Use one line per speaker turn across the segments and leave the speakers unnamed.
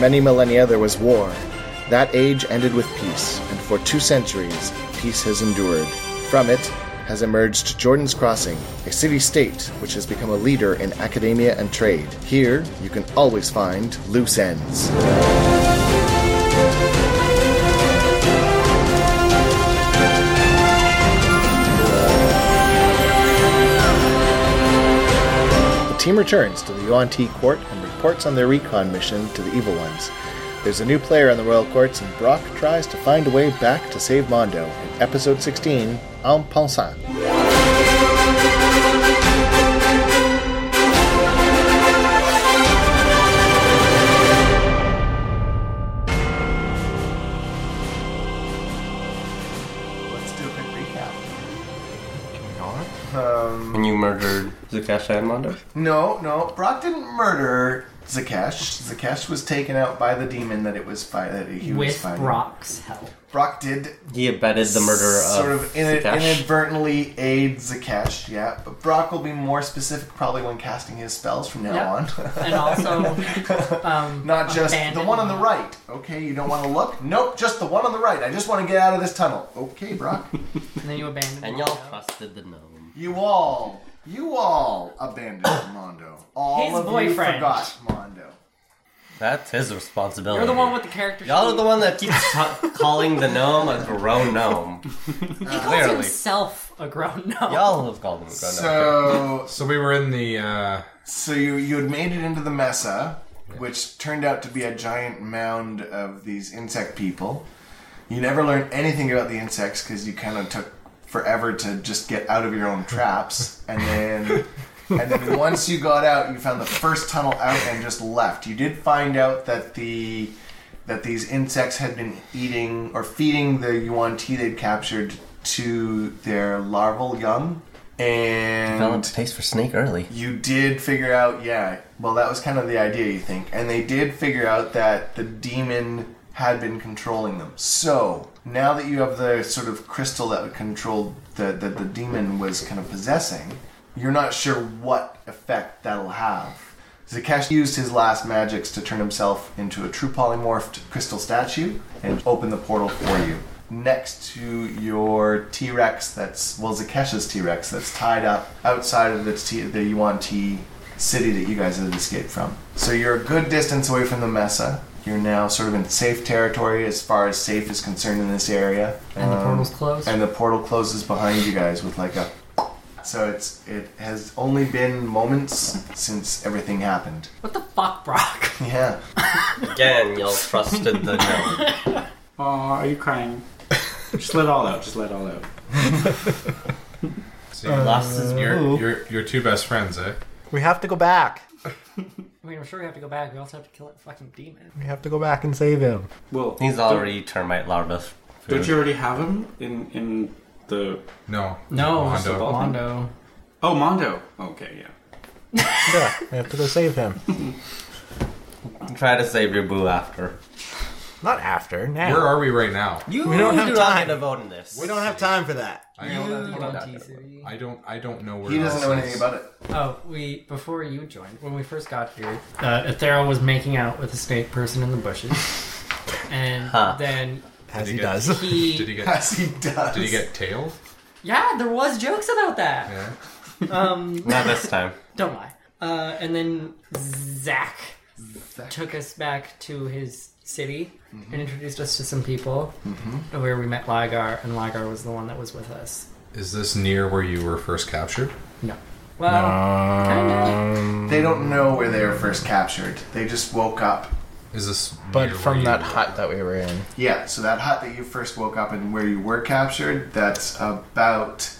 many millennia there was war. That age ended with peace, and for two centuries, peace has endured. From it has emerged Jordan's Crossing, a city state which has become a leader in academia and trade. Here, you can always find loose ends. The team returns to the Yuan Ti court and reports on their recon mission to the Evil Ones. There's a new player on the Royal Courts, and Brock tries to find a way back to save Mondo in Episode 16 En Pensant.
Let's do a quick recap.
When you murdered Zukash and Mondo?
No, no, Brock didn't murder Zakesh. Zakesh was taken out by the demon that it was fi- that he was
with
fighting.
Brock's help.
Brock did
He abetted the murder of
sort of in-
Zukash.
inadvertently aid Zakesh. Yeah, but Brock will be more specific probably when casting his spells from now on.
and also, um,
Not just the
abandoned
one on the
him.
right. Okay, you don't want to look? Nope, just the one on the right. I just want to get out of this tunnel. Okay, Brock.
And then you abandoned
and y'all
Mondo.
trusted the gnome.
You all, you all abandoned Mondo. All
His
of
boyfriend.
you forgot Mondo.
Oh, That's his responsibility.
You're the one with the character.
Y'all are
sheet.
the one that keeps t- calling the gnome a grown gnome.
He calls
Clearly.
himself a grown gnome.
Y'all have called him a grown gnome.
So,
So we were in the uh,
so you you had made it into the mesa, which turned out to be a giant mound of these insect people. You never learned anything about the insects because you kind of took forever to just get out of your own traps, and then. And then once you got out, you found the first tunnel out and just left. You did find out that the that these insects had been eating or feeding the yuan tea they'd captured to their larval young, and
Developed taste for snake early.
you did figure out, yeah. Well, that was kind of the idea, you think. And they did figure out that the demon had been controlling them. So now that you have the sort of crystal that controlled the, that the demon was kind of possessing, you're not sure what effect that'll have. Zakesh used his last magics to turn himself into a true polymorphed crystal statue and open the portal for you. Next to your T Rex, that's, well, Zakesh's T Rex, that's tied up outside of the, t- the Yuan T city that you guys had escaped from. So you're a good distance away from the Mesa. You're now sort of in safe territory as far as safe is concerned in this area.
And the
Um,
portal's closed.
And the portal closes behind you guys with like a so it's it has only been moments since everything happened.
What the fuck, Brock?
Yeah.
Again, y'all trusted the gnome.
Aw, are you crying? just let it all out. Just let it all out.
so you
Lost his
your, your your two best friends, eh?
We have to go back.
I mean, I'm sure we have to go back. We also have to kill that fucking demon.
We have to go back and save him.
Well,
He's
don't-
already termite larva.
Don't,
food.
you already have him in in the?
No.
No,
Mondo.
it's the Mondo.
Oh, Mondo. Okay, yeah.
Yeah, we have to go save him.
Try to save your boo after.
Not after,
Where
now.
are we right now?
You
We don't have
do not
time.
get a vote in this.
We don't have time for that.
I don't,
You
Hold on.
don't TCD.
I don't. I don't know where.
He doesn't know
else
anything
is.
about it.
Oh, we before you joined, when we first got here, uh, Athero was making out with a snake person in the bushes, and
Huh.
then
As
Did
he
he get-
does.
he
Did he get?
As he does.
Did he get tailed?
yeah, there was jokes about that.
Yeah.
Um,
Not this time.
don't lie. Uh, and then Zach took us back to his city and introduced us to some people, where we met Ligar, and Ligar was the one that was with us.
Is this near where you were first captured?
No, well, kind of.
They don't know where they were first captured. They just woke up.
Is this?
But
near
from
where
that
you were?
hut that we were in.
Yeah, so that hut that you first woke up in where you were captured, that's about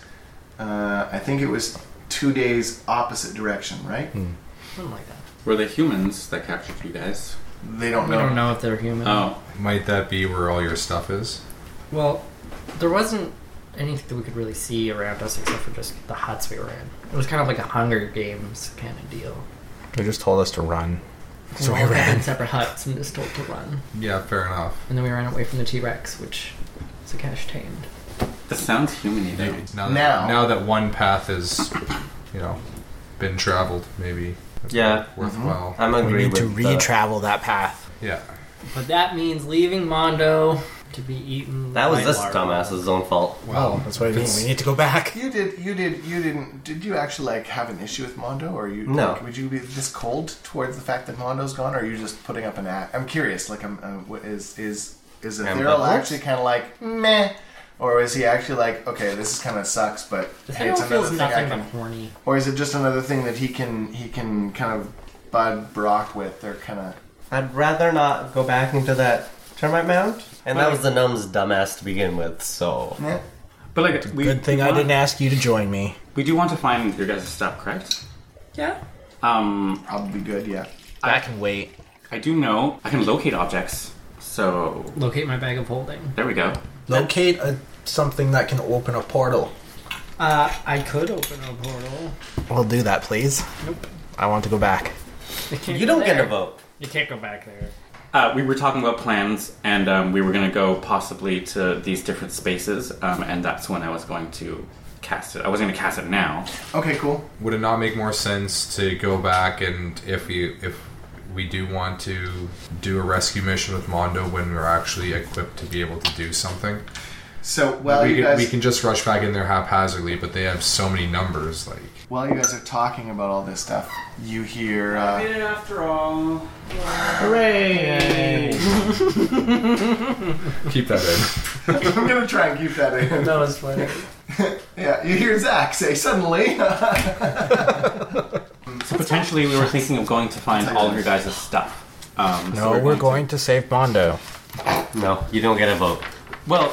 uh, I think it was two days opposite direction, right?
Mm,
Something like that.
Were the humans that captured you guys?
They don't
We
know.
don't know if they're human.
Oh,
Might that be where all your stuff is?
Well, there wasn't anything that we could really see around us except for just the huts we were in. It was kind of like a Hunger Games kind of deal.
They just told us to run. So
we
we
all ran in
ran.
separate huts and just told to run.
Yeah, fair enough.
And then we ran away from the T Rex, which Sakash tamed.
that sounds humany though.
Now that,
Now.
now that one path is, you know, been traveled, maybe.
Yeah.
Worthwhile.
I'm
We
agreeing
need
with
to
the-
re-travel that path.
Mm-hmm.
Yeah.
But that means leaving Mondo to be eaten.
That was
by
this
larvae.
dumbass's own fault.
Wow.
That's what I mean.
It's-
We need to go back.
You did. You did. You didn't. Did you actually like have an issue with Mondo, or you?
No.
like, would you be this cold towards the fact that Mondo's gone, or are you just putting up an act? I'm curious. Like, I'm. Uh, what is is is Ethereal
Ambivalence?
actually kind of like meh, or is he actually like okay, this is kind of sucks, but hey,
Ethereal
it's another
feels
thing I
nothing but
can,
horny.
or is it just another thing that he can he can kind of bud Brock with? They're kind of
I'd rather not go back into that termite mound. And that was the gnome's dumbass to begin with, so.
meh.
But like, we,
Good thing
we
I
want-
didn't ask you to join me.
We do want to find your guys' stuff, correct?
Yeah.
Um,
probably good. Yeah.
I can wait.
I do know I can locate objects. So
Locate my bag of holding.
there we go.
Locate a, something that can open a portal.
Uh, I could open a portal.
We'll do that, please.
Nope.
I want to go back.
You don't get a vote.
You can't go back there.
Uh, we were talking about plans, and um, we were going to go possibly to these different spaces, um, and that's when I was going to cast it. I was going to cast it now.
Okay. Cool.
Would it not make more sense to go back and if you if we do want to do a rescue mission with Mondo when we're actually equipped to be able to do something?
So well,
we,
you
can,
guys.
we can just rush back in there haphazardly, but they have so many numbers. Like,
While you guys are talking about all this stuff, you hear. Uh,
it after all.
keep that in.
I'm gonna try and keep that in.
That was funny.
Yeah, you hear Zach say suddenly.
So potentially, we were thinking of going to find all of your guys' stuff. Um, so
No, we're, going to save Bondo.
No, you don't get a vote.
Well,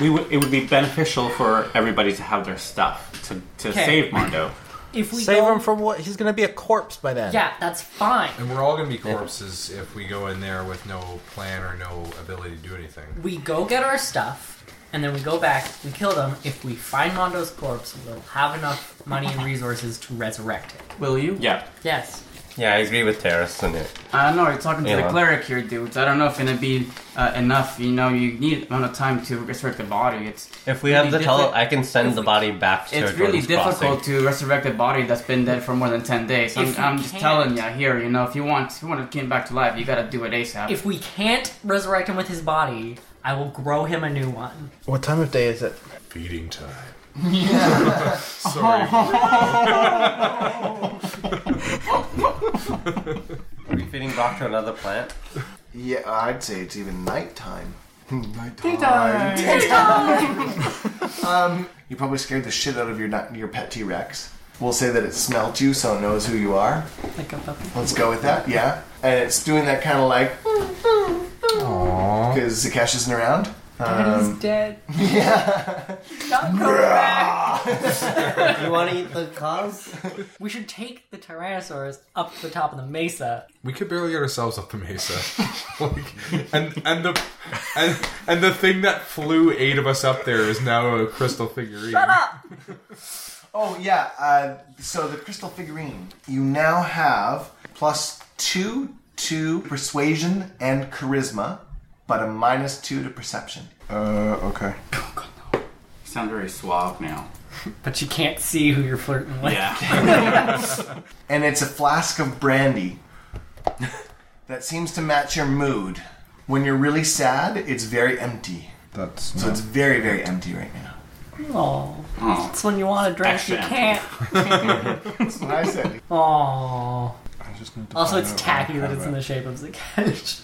we would. It would be beneficial for everybody to have their stuff to, to
Okay.
save Mondo.
If we
Save
go-
him for what? He's gonna be a corpse by then.
Yeah, that's fine.
And we're all gonna be corpses if we go in there with no plan or no ability to do anything.
We go get our stuff, and then we go back. We kill them. If we find Mondo's corpse, we'll have enough money and resources to resurrect it.
Will you?
Yeah.
Yes.
Yeah, I agree with Terrace on it.
I don't know. You're talking to
Yeah.
the cleric here, dudes. I don't know if it'll be uh, enough. You know, you need amount of time to resurrect the body. It's
If we have the
Really
tele,
diffi-
I can send the body back to
it's
Jordan's
really difficult
crossing.
to resurrect a body that's been dead for more than ten days. I'm,
If you
I'm just
can't-
telling you here. You know, if you want, if you want to come back to life, you gotta do it asap.
If we can't resurrect him with his body, I will grow him a new one.
What time of day is it?
Feeding time. Sorry.
Are we feeding Brock to another plant?
yeah, I'd say it's even nighttime. nighttime. um, you probably scared the shit out of your nut- your pet T Rex. We'll say that it smelt you, so it knows who you are.
Like a puppy.
Let's go with that. Yeah, and it's doing that kind of like because Zakesh isn't around. Um,
He's dead.
yeah.
Not correct.
You want to eat the cause?
We should take the Tyrannosaurus up to the top of the mesa.
We could barely get ourselves up the mesa. like, and and the and, and the thing that flew eight of us up there is now a crystal figurine. Shut up!
Oh yeah. Uh, so the crystal figurine. You now have plus two to persuasion and charisma, but a minus two to perception. Uh, okay.
You sound very suave now.
But you can't see who you're flirting with.
Yeah.
And it's a flask of brandy that seems to match your mood. When you're really sad, it's very empty.
That's
So it's very, very empty right now.
Oh,
oh.
that's when you want to drink,
Extra.
you can't.
That's what I said.
Oh.
I'm just gonna
Also, it's tacky that it's in the shape of the cage.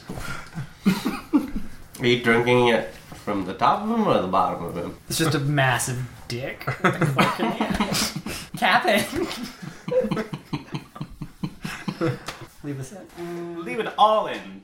Are you drinking it from the top of him or the bottom of him?
It's just a massive dick. with a cork in it. Cap it. Leave us in.
Leave it all in.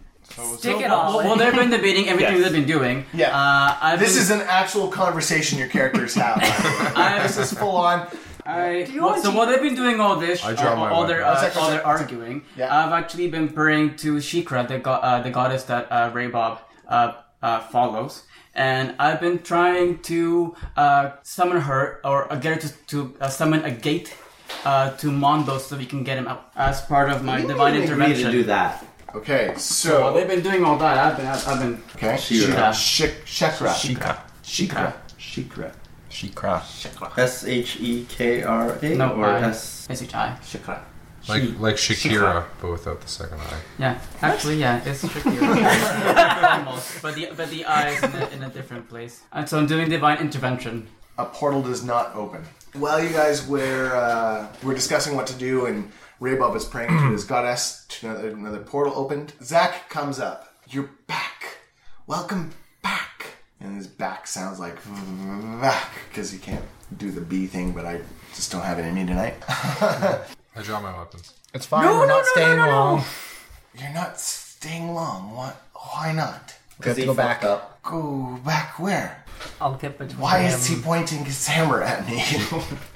Stick it
well,
all.
well,
in.
they've been debating everything
Yes.
they've been doing.
Yeah.
Uh, I've
This
been-
is an actual conversation your characters have.
I-
this is full on.
I,
you
well,
want
so
to-
while they've been doing all this,
I draw
uh,
my
all their
weapon.
uh,
Second,
all their
second,
arguing,
Yeah.
I've actually been praying to Shikra, the go- uh, the goddess that uh, Raybob uh, uh, follows, and I've been trying to uh, summon her or uh, get her to, to uh, summon a gate uh, to Mondo so we can get him out as part of my divine intervention.
that.
Okay,
Well,
so
they've been doing all that. I've been I've, I've been
okay,
Shira.
Shik- Shekra,
Shikra.
Shikra, Shikra.
Shikra.
S H E K R A
no
or
I-
S
S H I.
Shikra.
Like like Shakira, but without the second eye.
Yeah, actually, yeah, it's tricky. Almost, but the but the eye is in a, in a different place. And so I'm doing divine intervention.
a portal does not open. While you guys were uh, were discussing what to do, and Raybub is praying to his goddess, to another, another portal opened. Zach comes up. You're back. Welcome back. And his back sounds like back because he can't do the B thing, but I just don't have it in me tonight.
I draw my weapons.
It's fine. we're not staying long.
You're not staying long. What? Why not?
We have to go back.
up.
Go back where?
I'll get between.
Why is he pointing his hammer at me?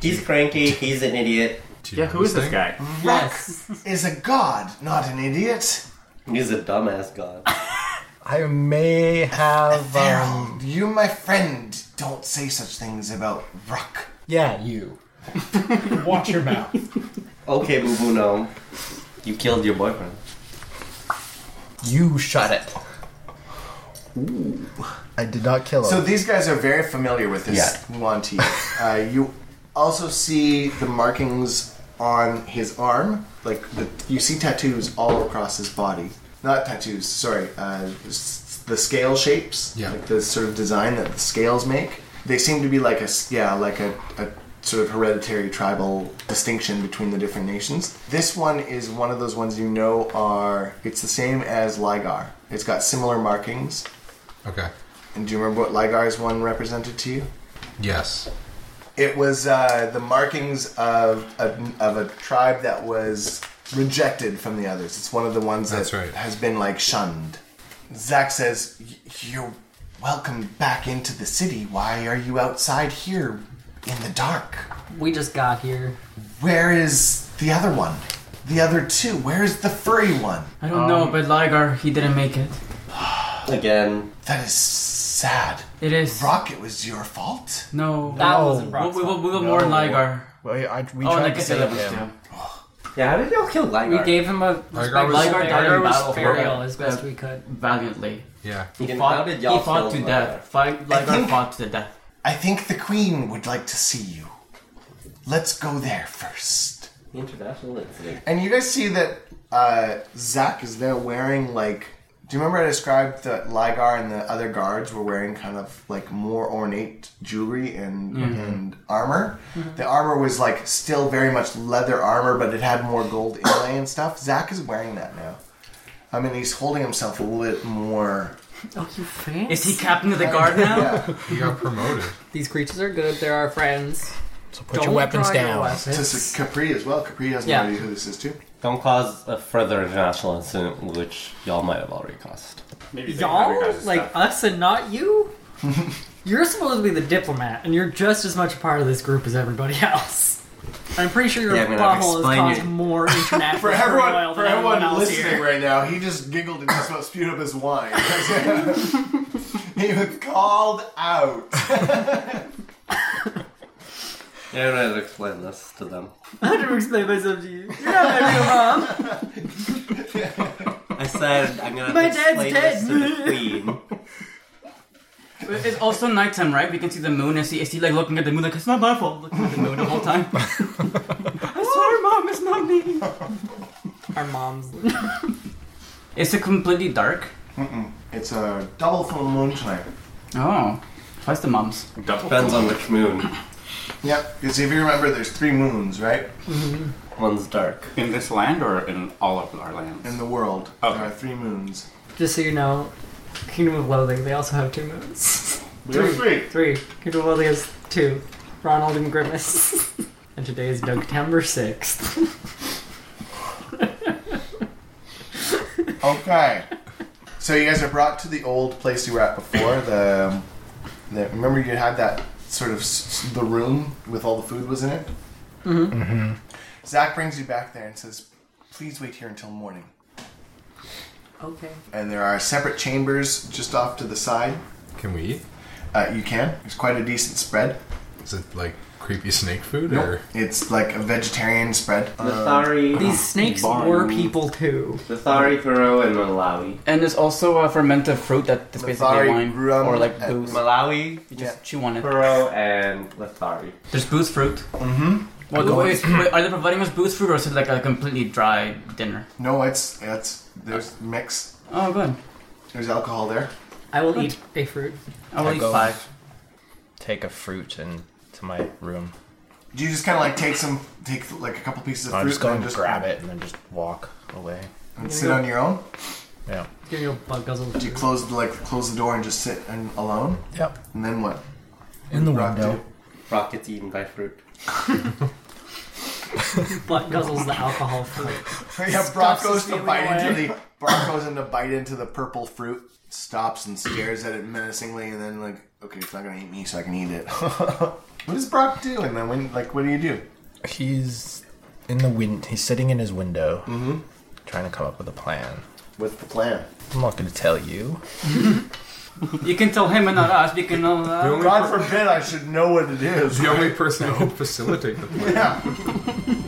He's cranky. He's an idiot.
Do you
Yeah,
know
who is this
thing?
guy?
Mm-hmm.
Yes.
Is a god, not an idiot.
He's a dumbass god.
I may have. Um,
Daryl, you, my friend, don't say such things about Ruck.
yeah, you.
Watch your mouth.
Okay, boo boo, no. You killed your boyfriend.
You shut it. I did not kill him.
So these guys are very familiar with this
Yeah.
Monty. Uh, you also see the markings on his arm, like the, you see tattoos all across his body. Not tattoos, sorry. Uh, s- the scale shapes,
Yeah.
like the sort of design that the scales make. They seem to be like a s- yeah, like a, a sort of hereditary tribal distinction between the different nations. This one is one of those ones you know are. It's the same as Ligar. It's got similar markings.
Okay.
And do you remember what Ligar's one represented to you?
Yes.
It was uh, the markings of a, of a tribe that was rejected from the others. It's one of the ones
That's
that
right.
has been like shunned. Zach says, "Y- "You're welcome back into the city. Why are you outside here in the dark?
we just got here.
Where is the other one? The other two? Where is the furry one?
I don't know, but Ligar, he didn't make it.
Again.
That is sad.
It is
Rock, it was your fault.
no.
That wasn't
we,
Brock's
we, will-
fault.
we will more Ligar.
Well, I, we
Oh,
tried
and I
to
guess it
save
was
him.
too.
Yeah, how did y'all kill
We
Ligar?
gave him a
Ligar was-
respectful
Ligar died
burial.
in battle.
burial as
Yeah.
best we could.
valiantly.
Yeah.
He
And how
fought,
did
he
y'all
fought to
kill
death. Fight, Ligar
think-
fought to the death.
I think the Queen would like to see you. Let's go there first.
International incident.
And you guys see that uh, Zach is now wearing like. Do you remember I described that Ligar and the other guards were wearing kind of like more ornate jewelry and, and armor? The armor was like still very much leather armor, but it had more gold inlay and stuff. Zach is wearing that now. I mean, he's holding himself a little bit more.
Oh, you fancy.
Is he captain of the guard now?
Yeah,
He got promoted.
These creatures are good. They're our friends.
So put your
Don't
weapons
draw
down.
Your
to
weapons.
s- Capri as well. Capri has
Yeah.
no idea who this is too.
Don't cause a further international incident, which y'all might have already caused.
Maybe they have your
Y'all
guys'
like
stuff.
us and not you. you're supposed to be the diplomat, and you're just as much a part of this group as everybody else. I'm pretty sure your
Yeah, I'm gonna have to
butthole has
explain
caused
your-
more international
For everyone,
turmoil
for
than
everyone
else
listening
here.
right now, he just giggled and just about spewed up his wine. he was called out.
Yeah, I'm gonna explain this to them.
I had to explain myself to you. You're not my real mom.
I said I'm gonna
My dad's
explain this to
dead.
the queen.
It's also nighttime, right? We can see the moon and see. Is he like looking at the moon like it's not my fault? Looking at the moon the whole time. I swear, mom, it's not me.
Our moms.
Is it completely dark?
It's a double full moon tonight.
Oh, why's the mom's?
Double.
Depends on which moon.
Yep, because if you remember, there's three moons, right,
One's dark.
in this land or in all of our lands?
in the world.
Okay.
There are three moons.
Just so you know, Kingdom of Loathing, they also have two moons.
We're three.
Three. Kingdom of Loathing has two. Ronald and Grimace. and today is September 6th.
Okay. So you guys are brought to the old place you were at before. The, the remember you had that sort of s- s- the room with all the food was in it. Mm-hmm. Zach brings you back there and says, "Please wait here until morning."
Okay.
and there are separate chambers just off to the side.
Can we eat?
Uh, you can. It's quite a decent spread.
Is it like creepy snake food or
It's like a vegetarian spread.
Nathari,
These snakes
Barn.
were people too.
Nathari, Peru, and Malawi.
And there's also a fermented fruit that is basically
Lethari,
wine
rum,
or like
and-
booze.
Malawi,
You just chew on it.
Peru, and Lathari.
There's booze fruit.
Mm-hmm.
Well, the way, wait, are they providing us booze food or is it like a completely dry dinner?
No, it's it's there's mix.
Oh, good.
There's alcohol there.
I will eat a fruit.
I will
I
eat
go-
five.
Take a fruit and to my room.
Do you just kind of like take some, take like a couple pieces of fruit?
I'm just
and
going
then
to grab it and then just walk away.
and sit on your own.
Yeah.
Give you a bug guzzle.
Do you close like close the door and just sit and alone?
Yep.
And then what?
In the
Rock
window.
Rock gets eaten by fruit.
Bug guzzles the alcohol fruit.
Yeah, Brock goes to
stealing
bite into the Brock goes in to bite into the purple fruit, stops and stares at it menacingly, and then like, okay, it's not gonna eat me, so I can eat it. what does Brock do? And then when like, what do you do?
He's in the wind. He's sitting in his window, trying to come up with a plan.
What's the plan?
I'm not going to tell you.
You can tell him and not us. We can uh, know that.
God forbid I should know what it is.
The only person who would facilitate the plan.
Yeah.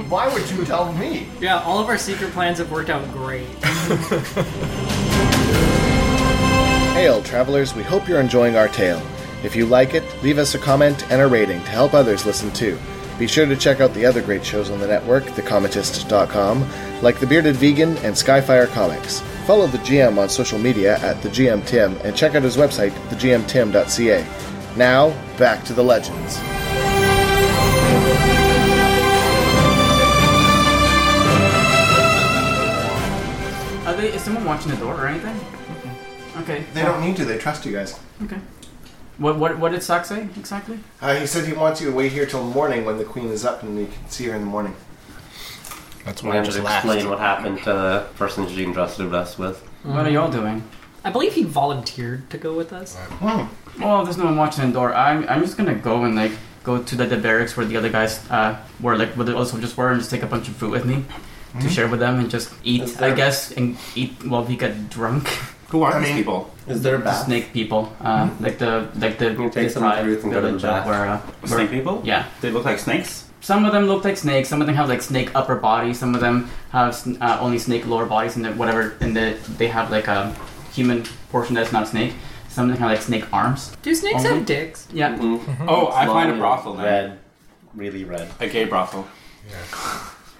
Why would you tell me?
Yeah, all of our secret plans have worked out great.
Hail, travelers, we hope you're enjoying our tale. If you like it, leave us a comment and a rating to help others listen too. Be sure to check out the other great shows on the network, thecommentist.com, like The Bearded Vegan and Skyfire Comics. Follow the GM on social media at thegmtim and check out his website, thegmtim.ca. Now, back to the legends.
Are they, is someone watching the door or anything? Okay.
They don't need to. They trust you guys.
Okay. What what what did Sock say exactly?
Uh, he said he wants you to wait here till morning when the queen is up and you can see her in the morning.
That's
I'm
why I
going
just
to
laughed.
explain what happened to the person Jean trusted us with.
What are y'all doing?
I believe he volunteered to go with us.
Well, there's no one watching the door. I'm I'm just gonna go and like go to the, the barracks where the other guys uh were like where the other soldiers were and just take a bunch of food with me to share with them and just
Is
eat
there-
I guess and eat while we get drunk.
Who are
I
these
mean-
people? Is there a Mm-hmm.
The snake people, uh, like the like the,
You take
the
some
tribe
fruits and go to the
village
bath.
where, uh, where
Snake people?
yeah.
They look like snakes.
Some of them look like snakes. Some of them have like snake upper body. Some of them have sn- uh, only snake lower bodies, and the- whatever. And the, they have like a human portion that's not snake. Some of them have like snake arms.
Do snakes
Only-
have dicks?
Yeah.
Oh, I find a
Long
brothel then.
Red. Really red.
A gay brothel.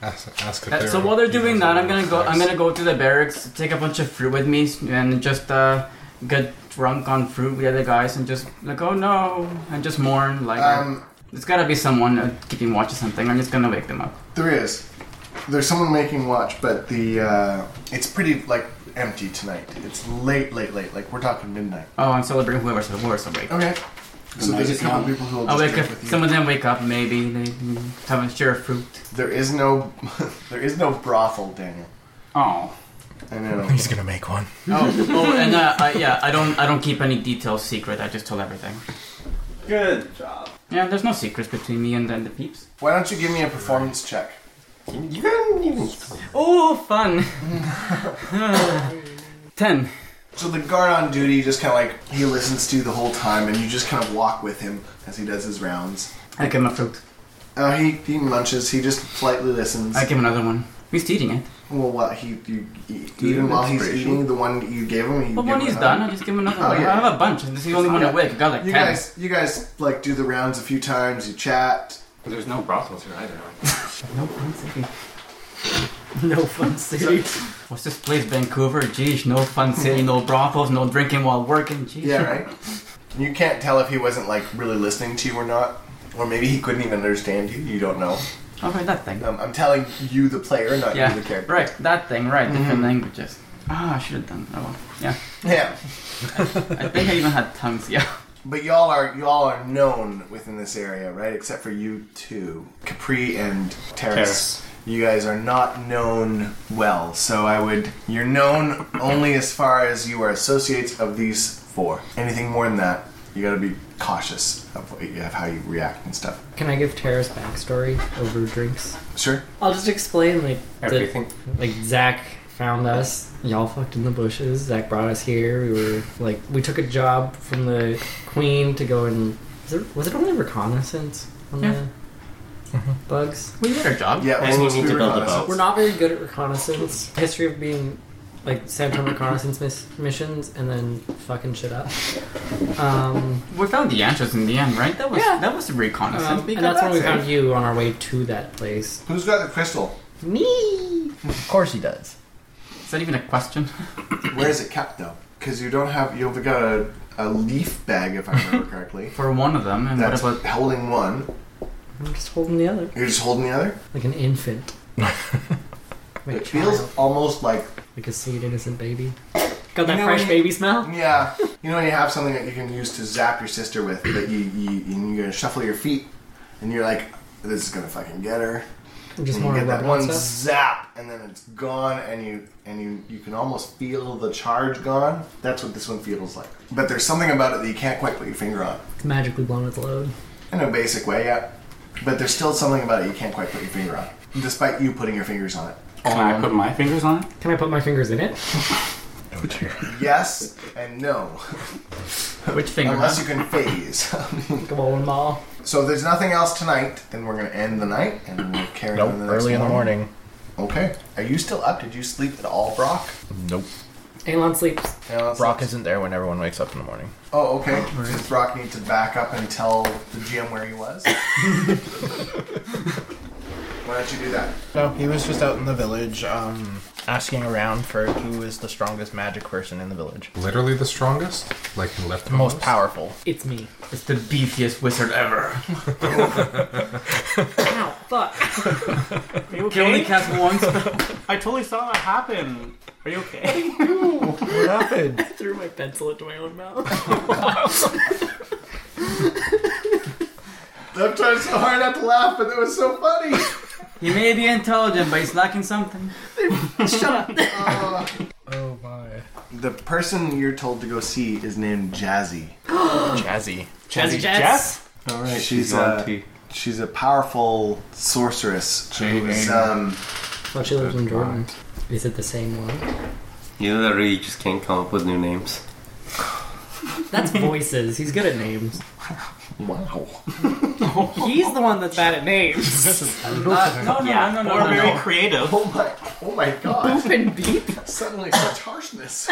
Ask, ask if
Uh,
they're-
so while they're doing that, I'm gonna go. I'm
Nice.
gonna go to the barracks, take a bunch of fruit with me, and just uh, get drunk on fruit with the other guys, and just like, oh no, and just mourn. Like,
Um,
there's gotta be someone uh, keeping watch or something. I'm just gonna wake them up.
There is. There's someone making watch, but the uh, it's pretty like empty tonight. It's late, late, late. Like we're talking midnight.
Oh, I'm celebrating whoever's whoever's awake.
Okay. So there's a
Nice.
couple people who will
I'll
Oh,
wake
just drink
up.
with you.
Some of them wake up. Maybe they mm, have a share of fruit.
There is no, there is no brothel, Daniel.
Oh.
I know.
He's going to make one.
Oh. oh, and uh, I, yeah, I don't. I don't keep any details secret. I just tell everything.
Good job.
Yeah, there's no secrets between me and then the peeps.
Why don't you give me a performance check?
You can even
Oh, fun. Ten.
So the guard on duty just kind of like he listens to you the whole time, and you just kind of walk with him as he does his rounds.
I give him a fruit.
Uh, he he munches. He just politely listens.
I give him another one. He's eating it.
Well, what he you, you
you
even
have
while he's
inspiration?
eating the one you gave him. You
But
give
when
him
he's
another?
done, I just give him another
Oh,
one.
yeah. Oh,
I have a bunch, and this is the only one
Yeah.
awake. I got like
You
ten.
guys, you guys like do the rounds a few times. You chat.
There's no brothels here either.
No fun city.
No fun city.
What's this place, Vancouver? Jeez, no fun city, no brothels, no drinking while working. Jeez.
Yeah, right. you can't tell if he wasn't like really listening to you or not, or maybe he couldn't even understand you. You don't know.
Okay, that thing.
Um, I'm telling you, the player, not
Yeah,
you, the character. Mm-hmm.
right. That thing, right. Different languages. Ah, I should have done that one. Yeah.
Yeah.
I think I even had tongues, yeah.
But y'all are y'all are known within this area, right? Except for you two, Capri and Terrace.
Terrace.
You guys are not known well, so I would. You're known only as far as you are associates of these four. Anything more than that, you got to be cautious of, what you, of how you react and stuff.
Can I give Tara's backstory over drinks?
Sure.
I'll just explain like the-
Everything.
like Zach found us. Y'all fucked in the bushes. Zach brought us here. We were like we took a job from the Queen to go and was it, was it only reconnaissance on
Yeah.
the bugs?
We did our job.
Mm-hmm.
Yeah.
And
we'll
you need
be
to build a
reconnaissance.
boat.
We're not very good at reconnaissance. History of being like Central reconnaissance mis- missions and then fucking shit up. Um,
We found the answers in the end, right? That was that was
Uh,
reconnaissance.
um,
because
and that's when we
it.
found you on our way to that place.
Who's got the crystal?
Me.
Of course he does.
Is that even a question?
Where is it kept though? Because you don't have you've got a, a leaf bag if I remember correctly.
For one of them, and
That's
what about
holding one.
I'm just holding the other
You're just holding the other.
like an infant, like a
It
child,
feels almost like
like a sweet innocent baby. Got that
know
fresh
when you-
baby smell.
yeah. You know when you have something that you can use to zap your sister with, but you, you and you're gonna shuffle your feet, and you're like, this is gonna fucking get her.
I just
And you
want to
get
rub
that
it
one
on stuff.
zap, and then it's gone, and you and you you can almost feel the charge gone. That's what this one feels like. But there's something about it that you can't quite put your finger on.
It's magically blown its load.
In a basic way, yeah. But there's still something about it you can't quite put your finger on, despite you putting your fingers on it.
Can I put my fingers on it?
Can I put my fingers in it?
Oh dear.
Yes and no,
which finger?
unless you can phase.
Come on, Ma.
so if there's nothing else tonight, then we're gonna end the night and we'll carry
Nope.
on the next
Early in the morning.
Okay. Are you still up? Did you sleep at all, Brock?
Nope.
Alon sleeps.
No, it's-
Brock isn't there when everyone wakes up in the morning.
Oh, okay. Does Brock need to back up and tell the GM where he was? Why don't you do that?
No, he was just out in the village, um, asking around for who is the strongest magic person in the village,
Literally the strongest? Like he left
the most powerful.
It's me.
It's the beefiest wizard ever.
Ow, fuck.
Can only cast once.
I totally saw that happen. Are you okay?
What happened?
I threw my pencil into my own mouth.
I'm trying so hard not to laugh, but that was so funny.
he may be intelligent, but he's lacking something.
Oh my.
The person you're told to go see is named Jazzy.
Jazzy.
Jazzy Jazz.
All right,
She's
she's
on
a
tea.
she's a powerful sorceress.
Jane
who's,
Eyre.
um,
Well, Oh, she lives in Jordan. Is it the same one?
You literally just can't come up with new names.
That's voices. He's good at names.
wow.
He's the one that's bad at names.
No, no, no, no, no, no, no.
creative.
Oh my! Oh my God!
and beep.
Suddenly such harshness.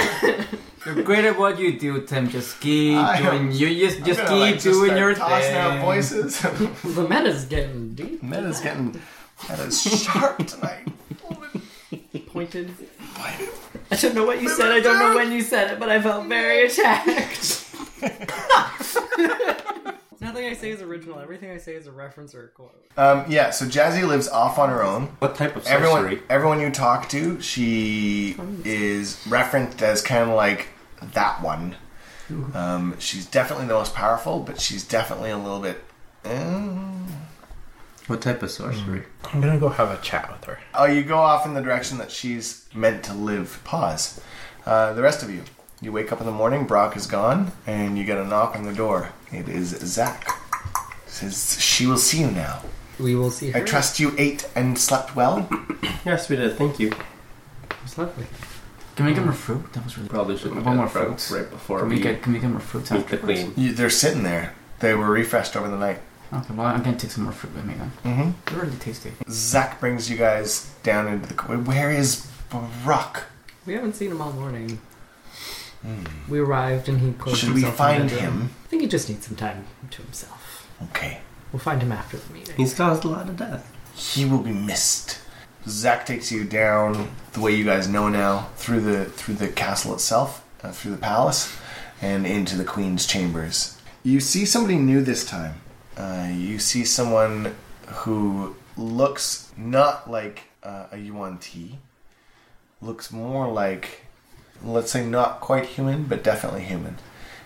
You're great at what you do, Tim. Just keep
I am-
doing. You just just
I'm
keep
gonna, like,
doing
start
your
tossing out
thing.
voices.
The meta's getting deep.
Meta's getting meta's sharp tonight.
Pointed. I don't know what you said. I don't know when you said it, but I felt very attacked. Nothing I say is original. Everything I say is a reference or a quote.
Um, yeah, so Jazzy lives off on her own.
What type of sorcery?
Everyone, everyone you talk to, she is referenced as kind of like that one. Um, she's definitely the most powerful, but she's definitely a little bit. eh.
What type of sorcery?
I'm gonna go have a chat with her.
Oh, you go off in the direction that she's meant to live. Pause. Uh, the rest of you, you wake up in the morning. Brock is gone, and you get a knock on the door. It is Zach. Says she will see you now.
We will see her.
I trust you ate and slept well.
Yes, we did. Thank you.
It's lovely.
Can we get more fruit? That was really.
Probably should
One more fruits.
right before
Can
we
we get can we get more fruits
meet the
afterwards?
queen.
You, they're sitting there. They were refreshed over the night.
Okay, well I'm gonna take some more fruit with me then.
Mhm.
They're really tasty.
Zach brings you guys down into the. co- Where is Brock?
We haven't seen him all morning. We arrived and he closed
Hmm. Should we
himself in
find
the bedroom.
him?
I think he just needs some time to himself.
Okay.
We'll find him after the meeting.
He's caused a lot of death.
He will be missed. Zach takes you down the way you guys know now, through the through the castle itself, uh, through the palace, and into the queen's chambers. You see somebody new this time. Uh, you see someone who looks not like uh, a Yuan Ti. Looks more like, let's say, not quite human, but definitely human.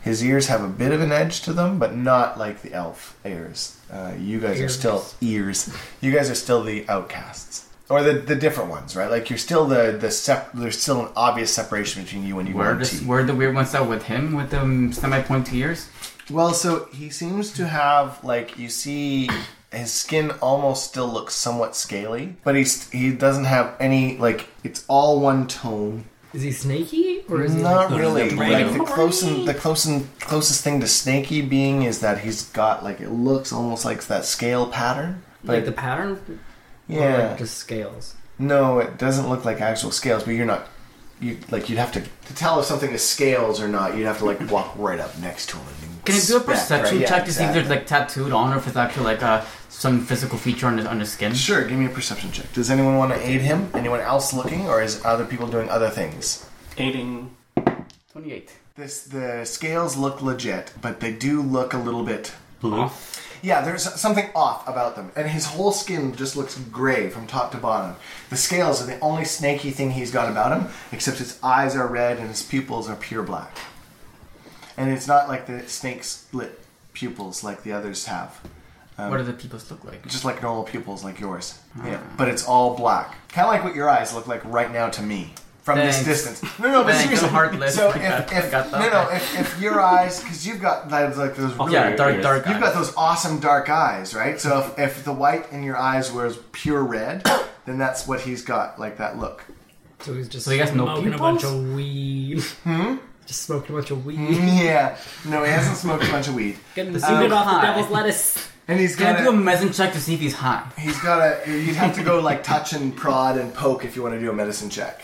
His ears have a bit of an edge to them, but not like the elf ears. Uh, you guys are
Ears.
still ears. You guys are still the outcasts, or the, the different ones, right? Like you're still the the sep- There's still an obvious separation between you and you
We're
are
just we're the weird ones out with him with the um, semi pointy ears.
Well, so he seems to have like you see his skin almost still looks somewhat scaly, but he's he doesn't have any like it's all one tone.
Is he snaky or is he
Not
like-
really.
brain.
Like the closest, the closest, closest thing to snaky being is that he's got like it looks almost like that scale pattern. But
like the pattern? Or
yeah,
like just scales.
no, it doesn't look like actual scales. But you're not
you like you'd have to to tell if something is scales or not. You'd have to like walk right up next to him. And
Can I do a
inspect, right?
perception
Yeah,
check to see if
exactly.
there's like tattooed on or if it's actually like uh, some physical feature on the, on the skin?
Sure, give me a perception check. Does anyone want to aid him? Anyone else looking, or is other people doing other things?
Aiding.
28.
This the scales look legit, but they do look a little bit
Blue.
Yeah, there's something off about them, and his whole skin just looks gray from top to bottom. The scales are the only snaky thing he's got about him, except his eyes are red and his pupils are pure black. And it's not like the snake split pupils like the others have,
what do the peoples look like?
just like normal pupils like yours.
Ah.
Yeah, but it's all black, kind of like what your eyes look like right now to me from this
Thanks.
distance. No, no, but
Thanks, I'm
seriously.
heartless.
So
I
if,
got-
if
I got that. Oh,
no, no, if, if your eyes, because you've got that like those really
Yeah, dark,
Yes.
dark.
You've got those awesome dark eyes, right? So if, if the white in your eyes was pure red, then that's what he's got, like that look.
So he's just
you guys know
smoking a bunch
peoples?
of weed.
Hmm?
Just smoked a bunch of weed.
Yeah. No, he hasn't smoked a bunch of weed,
Getting the secret off the
Uh,
hi.
devil's lettuce.
and he's
Can
got
I do a
a,
medicine check to see if he's high?
he's got a. You'd have to go like touch and prod and poke if you want to do a medicine check.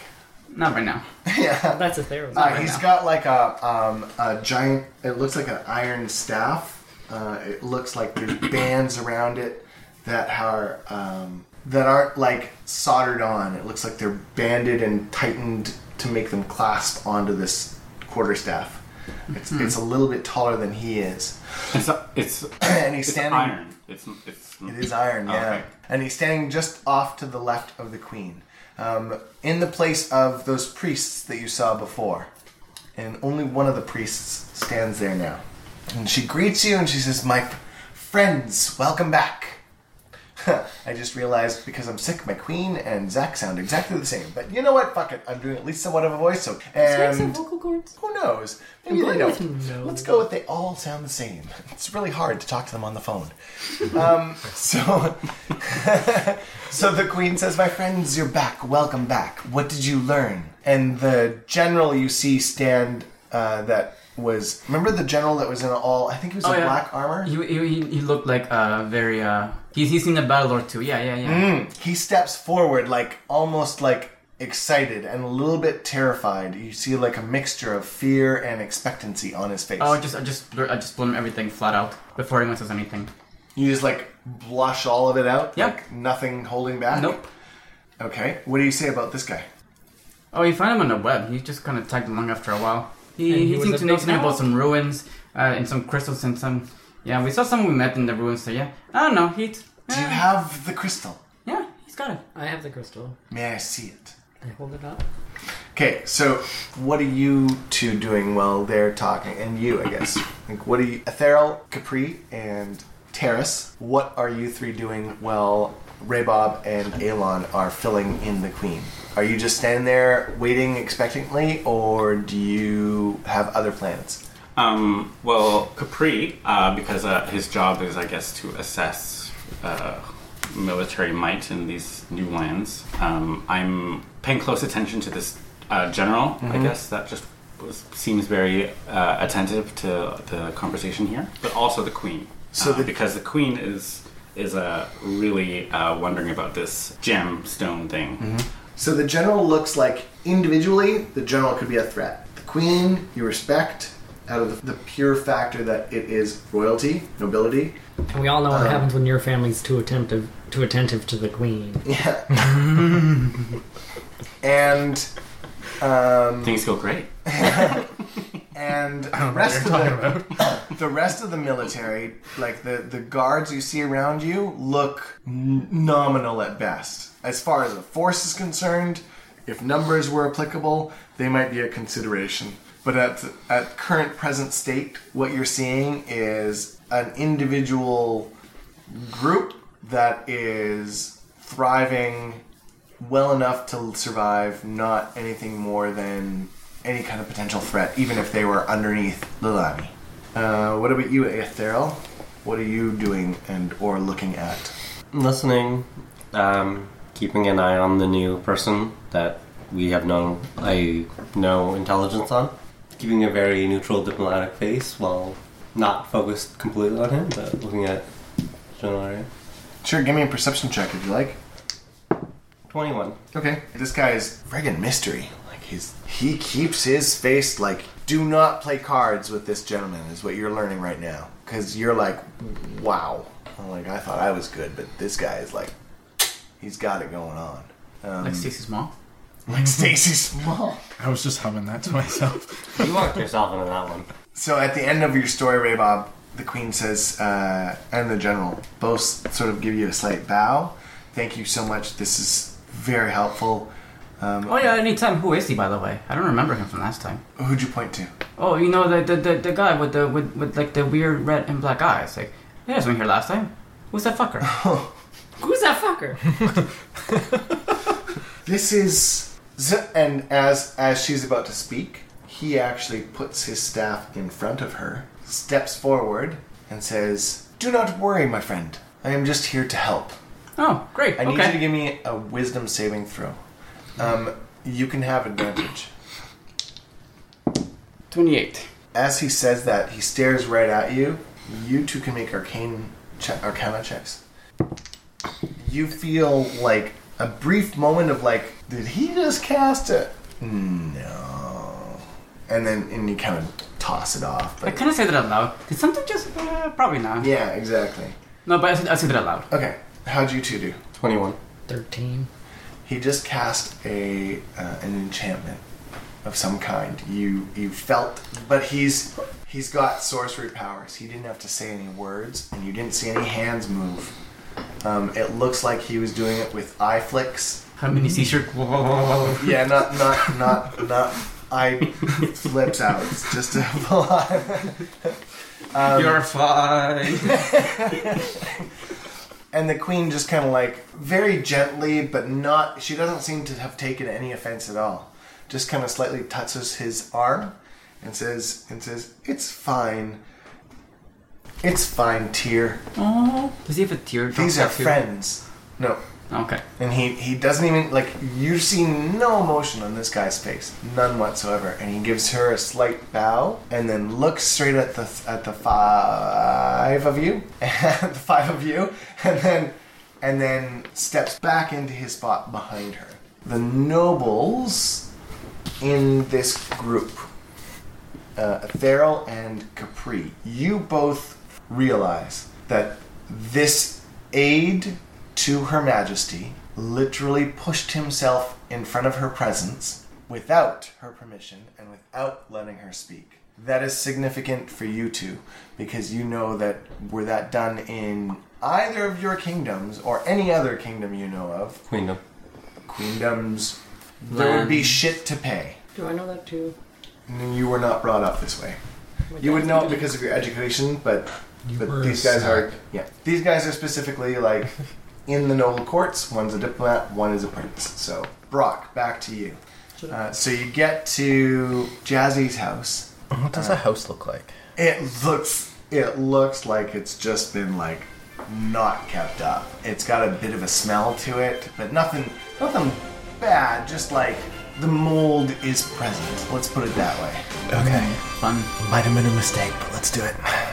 Not right now.
Yeah.
That's a therapy.
Ah,
Uh, he's got like a um, a giant. It looks like an iron staff. Uh, it looks like there's bands around it that are um, that aren't like soldered on. It looks like they're banded and tightened to make them clasp onto this quarterstaff. It's
Hmm.
it's a little bit taller than he is,
It's, it's,
and he's
it's
standing.
iron. It's, it's,
It is iron,
Oh,
yeah.
okay.
And he's standing just off to the left of the queen, um, in the place of those priests that you saw before. And only one of the priests stands there now. And she greets you and she says, My f- friends, welcome back. I just realized because I'm sick, my queen and Zach sound exactly the same. But you know what? Fuck it. I'm doing at least somewhat of a voice. So, and
vocal cords.
who knows? Maybe they
going with
don't.
no.
Let's go with they all sound the same. It's really hard to talk to them on the phone. Um, so, so the queen says, "My friends, you're back. Welcome back. What did you learn?" And the general you see stand uh, that was remember the general that was in all I think he was
Oh,
in
yeah.
black armor.
He, he, he- he looked like uh, very. Uh, he's, he's in a battle or two. Yeah, yeah,
Mm.
yeah.
He steps forward, like almost like excited and a little bit terrified. You see like a mixture of fear and expectancy on his face.
Oh, I just, I just, blur- I just blown everything flat out before anyone says anything.
You just like blush all of it out?
Yep.
Like nothing holding back?
Nope.
Okay. What do you say about this guy?
Oh, you found him on the web. He just kind of tagged along after a while. He,
And he
he,
was a
seemed to know
big
something about
help.
some ruins uh, and some crystals and some. Yeah, we saw someone we met in the ruins. So yeah, I don't know. He.
Do you
Yeah,
have the crystal?
yeah, he's got it.
I have the crystal.
May I see it?
I hold it up.
Okay, so what are you two doing while they're talking? And you, I guess. Like, what are you, Ethereal, Capri, and Terrace, what are you three doing while Raybob and Elon are filling in the queen? Are you just standing there waiting expectantly, or do you have other plans?
Um, well, Capri, uh, because uh, his job is, I guess, to assess uh, military might in these new lands. Um, I'm paying close attention to this uh, general. I guess that just was, seems very uh, attentive to the conversation here, but also the queen.
So
So,
the-
because the queen is is uh, really uh, wondering about this gemstone thing.
So the general looks like individually, the general could be a threat. The queen, you respect out of the pure factor that it is royalty, nobility.
And we all know what happens when your family's too attentive, too attentive to the queen.
Yeah. and um,
Things go great.
and the rest of the, the rest of the military, like the the guards you see around you, look n- nominal at best. As far as a force is concerned, if numbers were applicable, they might be a consideration. But at at current present state, what you're seeing is an individual group that is thriving well enough to survive, not anything more than any kind of potential threat, even if they were underneath Lilani. Uh, what about you, Aetheril? What are you doing and or looking at?
Listening, um, keeping an eye on the new person that we have no, I no intelligence on. Keeping a very neutral diplomatic face while not focused completely on him, but looking at general area.
Sure, give me a perception check if you like.
Twenty-one.
Okay. This guy is friggin' mystery. Like
He's he keeps his face like do not play cards with this gentleman is what you're learning right now because you're like wow I'm like I thought I was good but this guy is like he's got it going on um,
Like Stacy's mom.
like Stacy Small.
I was just humming that to myself.
You walked yourself into that one.
So at the end of your story, Ray Bob, the Queen says, uh, and the General both sort of give you a slight bow. Thank you so much. This is very helpful. Um,
Oh yeah, anytime. Who is he, by the way? I don't remember him from last time.
Who'd you point to?
Oh, you know the the, the, the guy with the with, with like the weird red and black eyes. Like, he wasn't here last time. Who's that fucker?
Who's that fucker?
This is, Z- and as as she's about to speak, he actually puts his staff in front of her, steps forward, and says, "Do not worry, my friend. I am just here to help."
Oh, great.
I need you to
okay.
give me a wisdom saving throw. Um, you can have advantage.
Twenty-eight.
As he says that, he stares right at you. You two can make arcane che- arcana checks. You feel like a brief moment of like, did he just cast it? No. And then and you kind of toss it off.
I
But
kind of say that out loud. Did something just? Uh, probably not.
yeah, exactly.
No, but I said, I said that out loud.
Okay, how'd you two do?
21.
13.
He just cast a uh, an enchantment of some kind. You you felt, but he's he's got sorcery powers. He didn't have to say any words, and you didn't see any hands move. Um, it looks like he was doing it with eye flicks.
How many t-shirt?
Yeah, not not not not eye flips out. It's just a full eye.
You're fine.
And the queen just kind of like very gently, but not. She doesn't seem to have taken any offense at all. Just kind of slightly touches his arm, and says, "And says it's fine. It's fine, tear.
Oh, does he have a tear?
These are friends." No,
Okay.
and he he doesn't even like. You see no emotion on this guy's face, none whatsoever. And he gives her a slight bow, and then looks straight at the at the five of you, the five of you, and then and then steps back into his spot behind her. The nobles in this group, uh, Theral and Capri, you both realize that this aide to Her Majesty literally pushed himself in front of her presence without her permission and without letting her speak. That is significant for you two because you know that were that done in either of your kingdoms or any other kingdom you know of,
Queendom.
queendoms, there would be shit to pay.
Do I know that too?
You were not brought up this way. You would know it because of your education, but but
were
these
a
guys are yeah. These guys are specifically like in the noble courts. One's a diplomat, one is a prince. So Brock, back to you. Uh, so you get to Jazzy's house. Uh,
What does a house look like?
It looks it looks like it's just been like not kept up. It's got a bit of a smell to it, but nothing nothing bad. Just like the mold is present. Let's put it that way.
Okay.
Fun.
Might have been a mistake, but let's do it.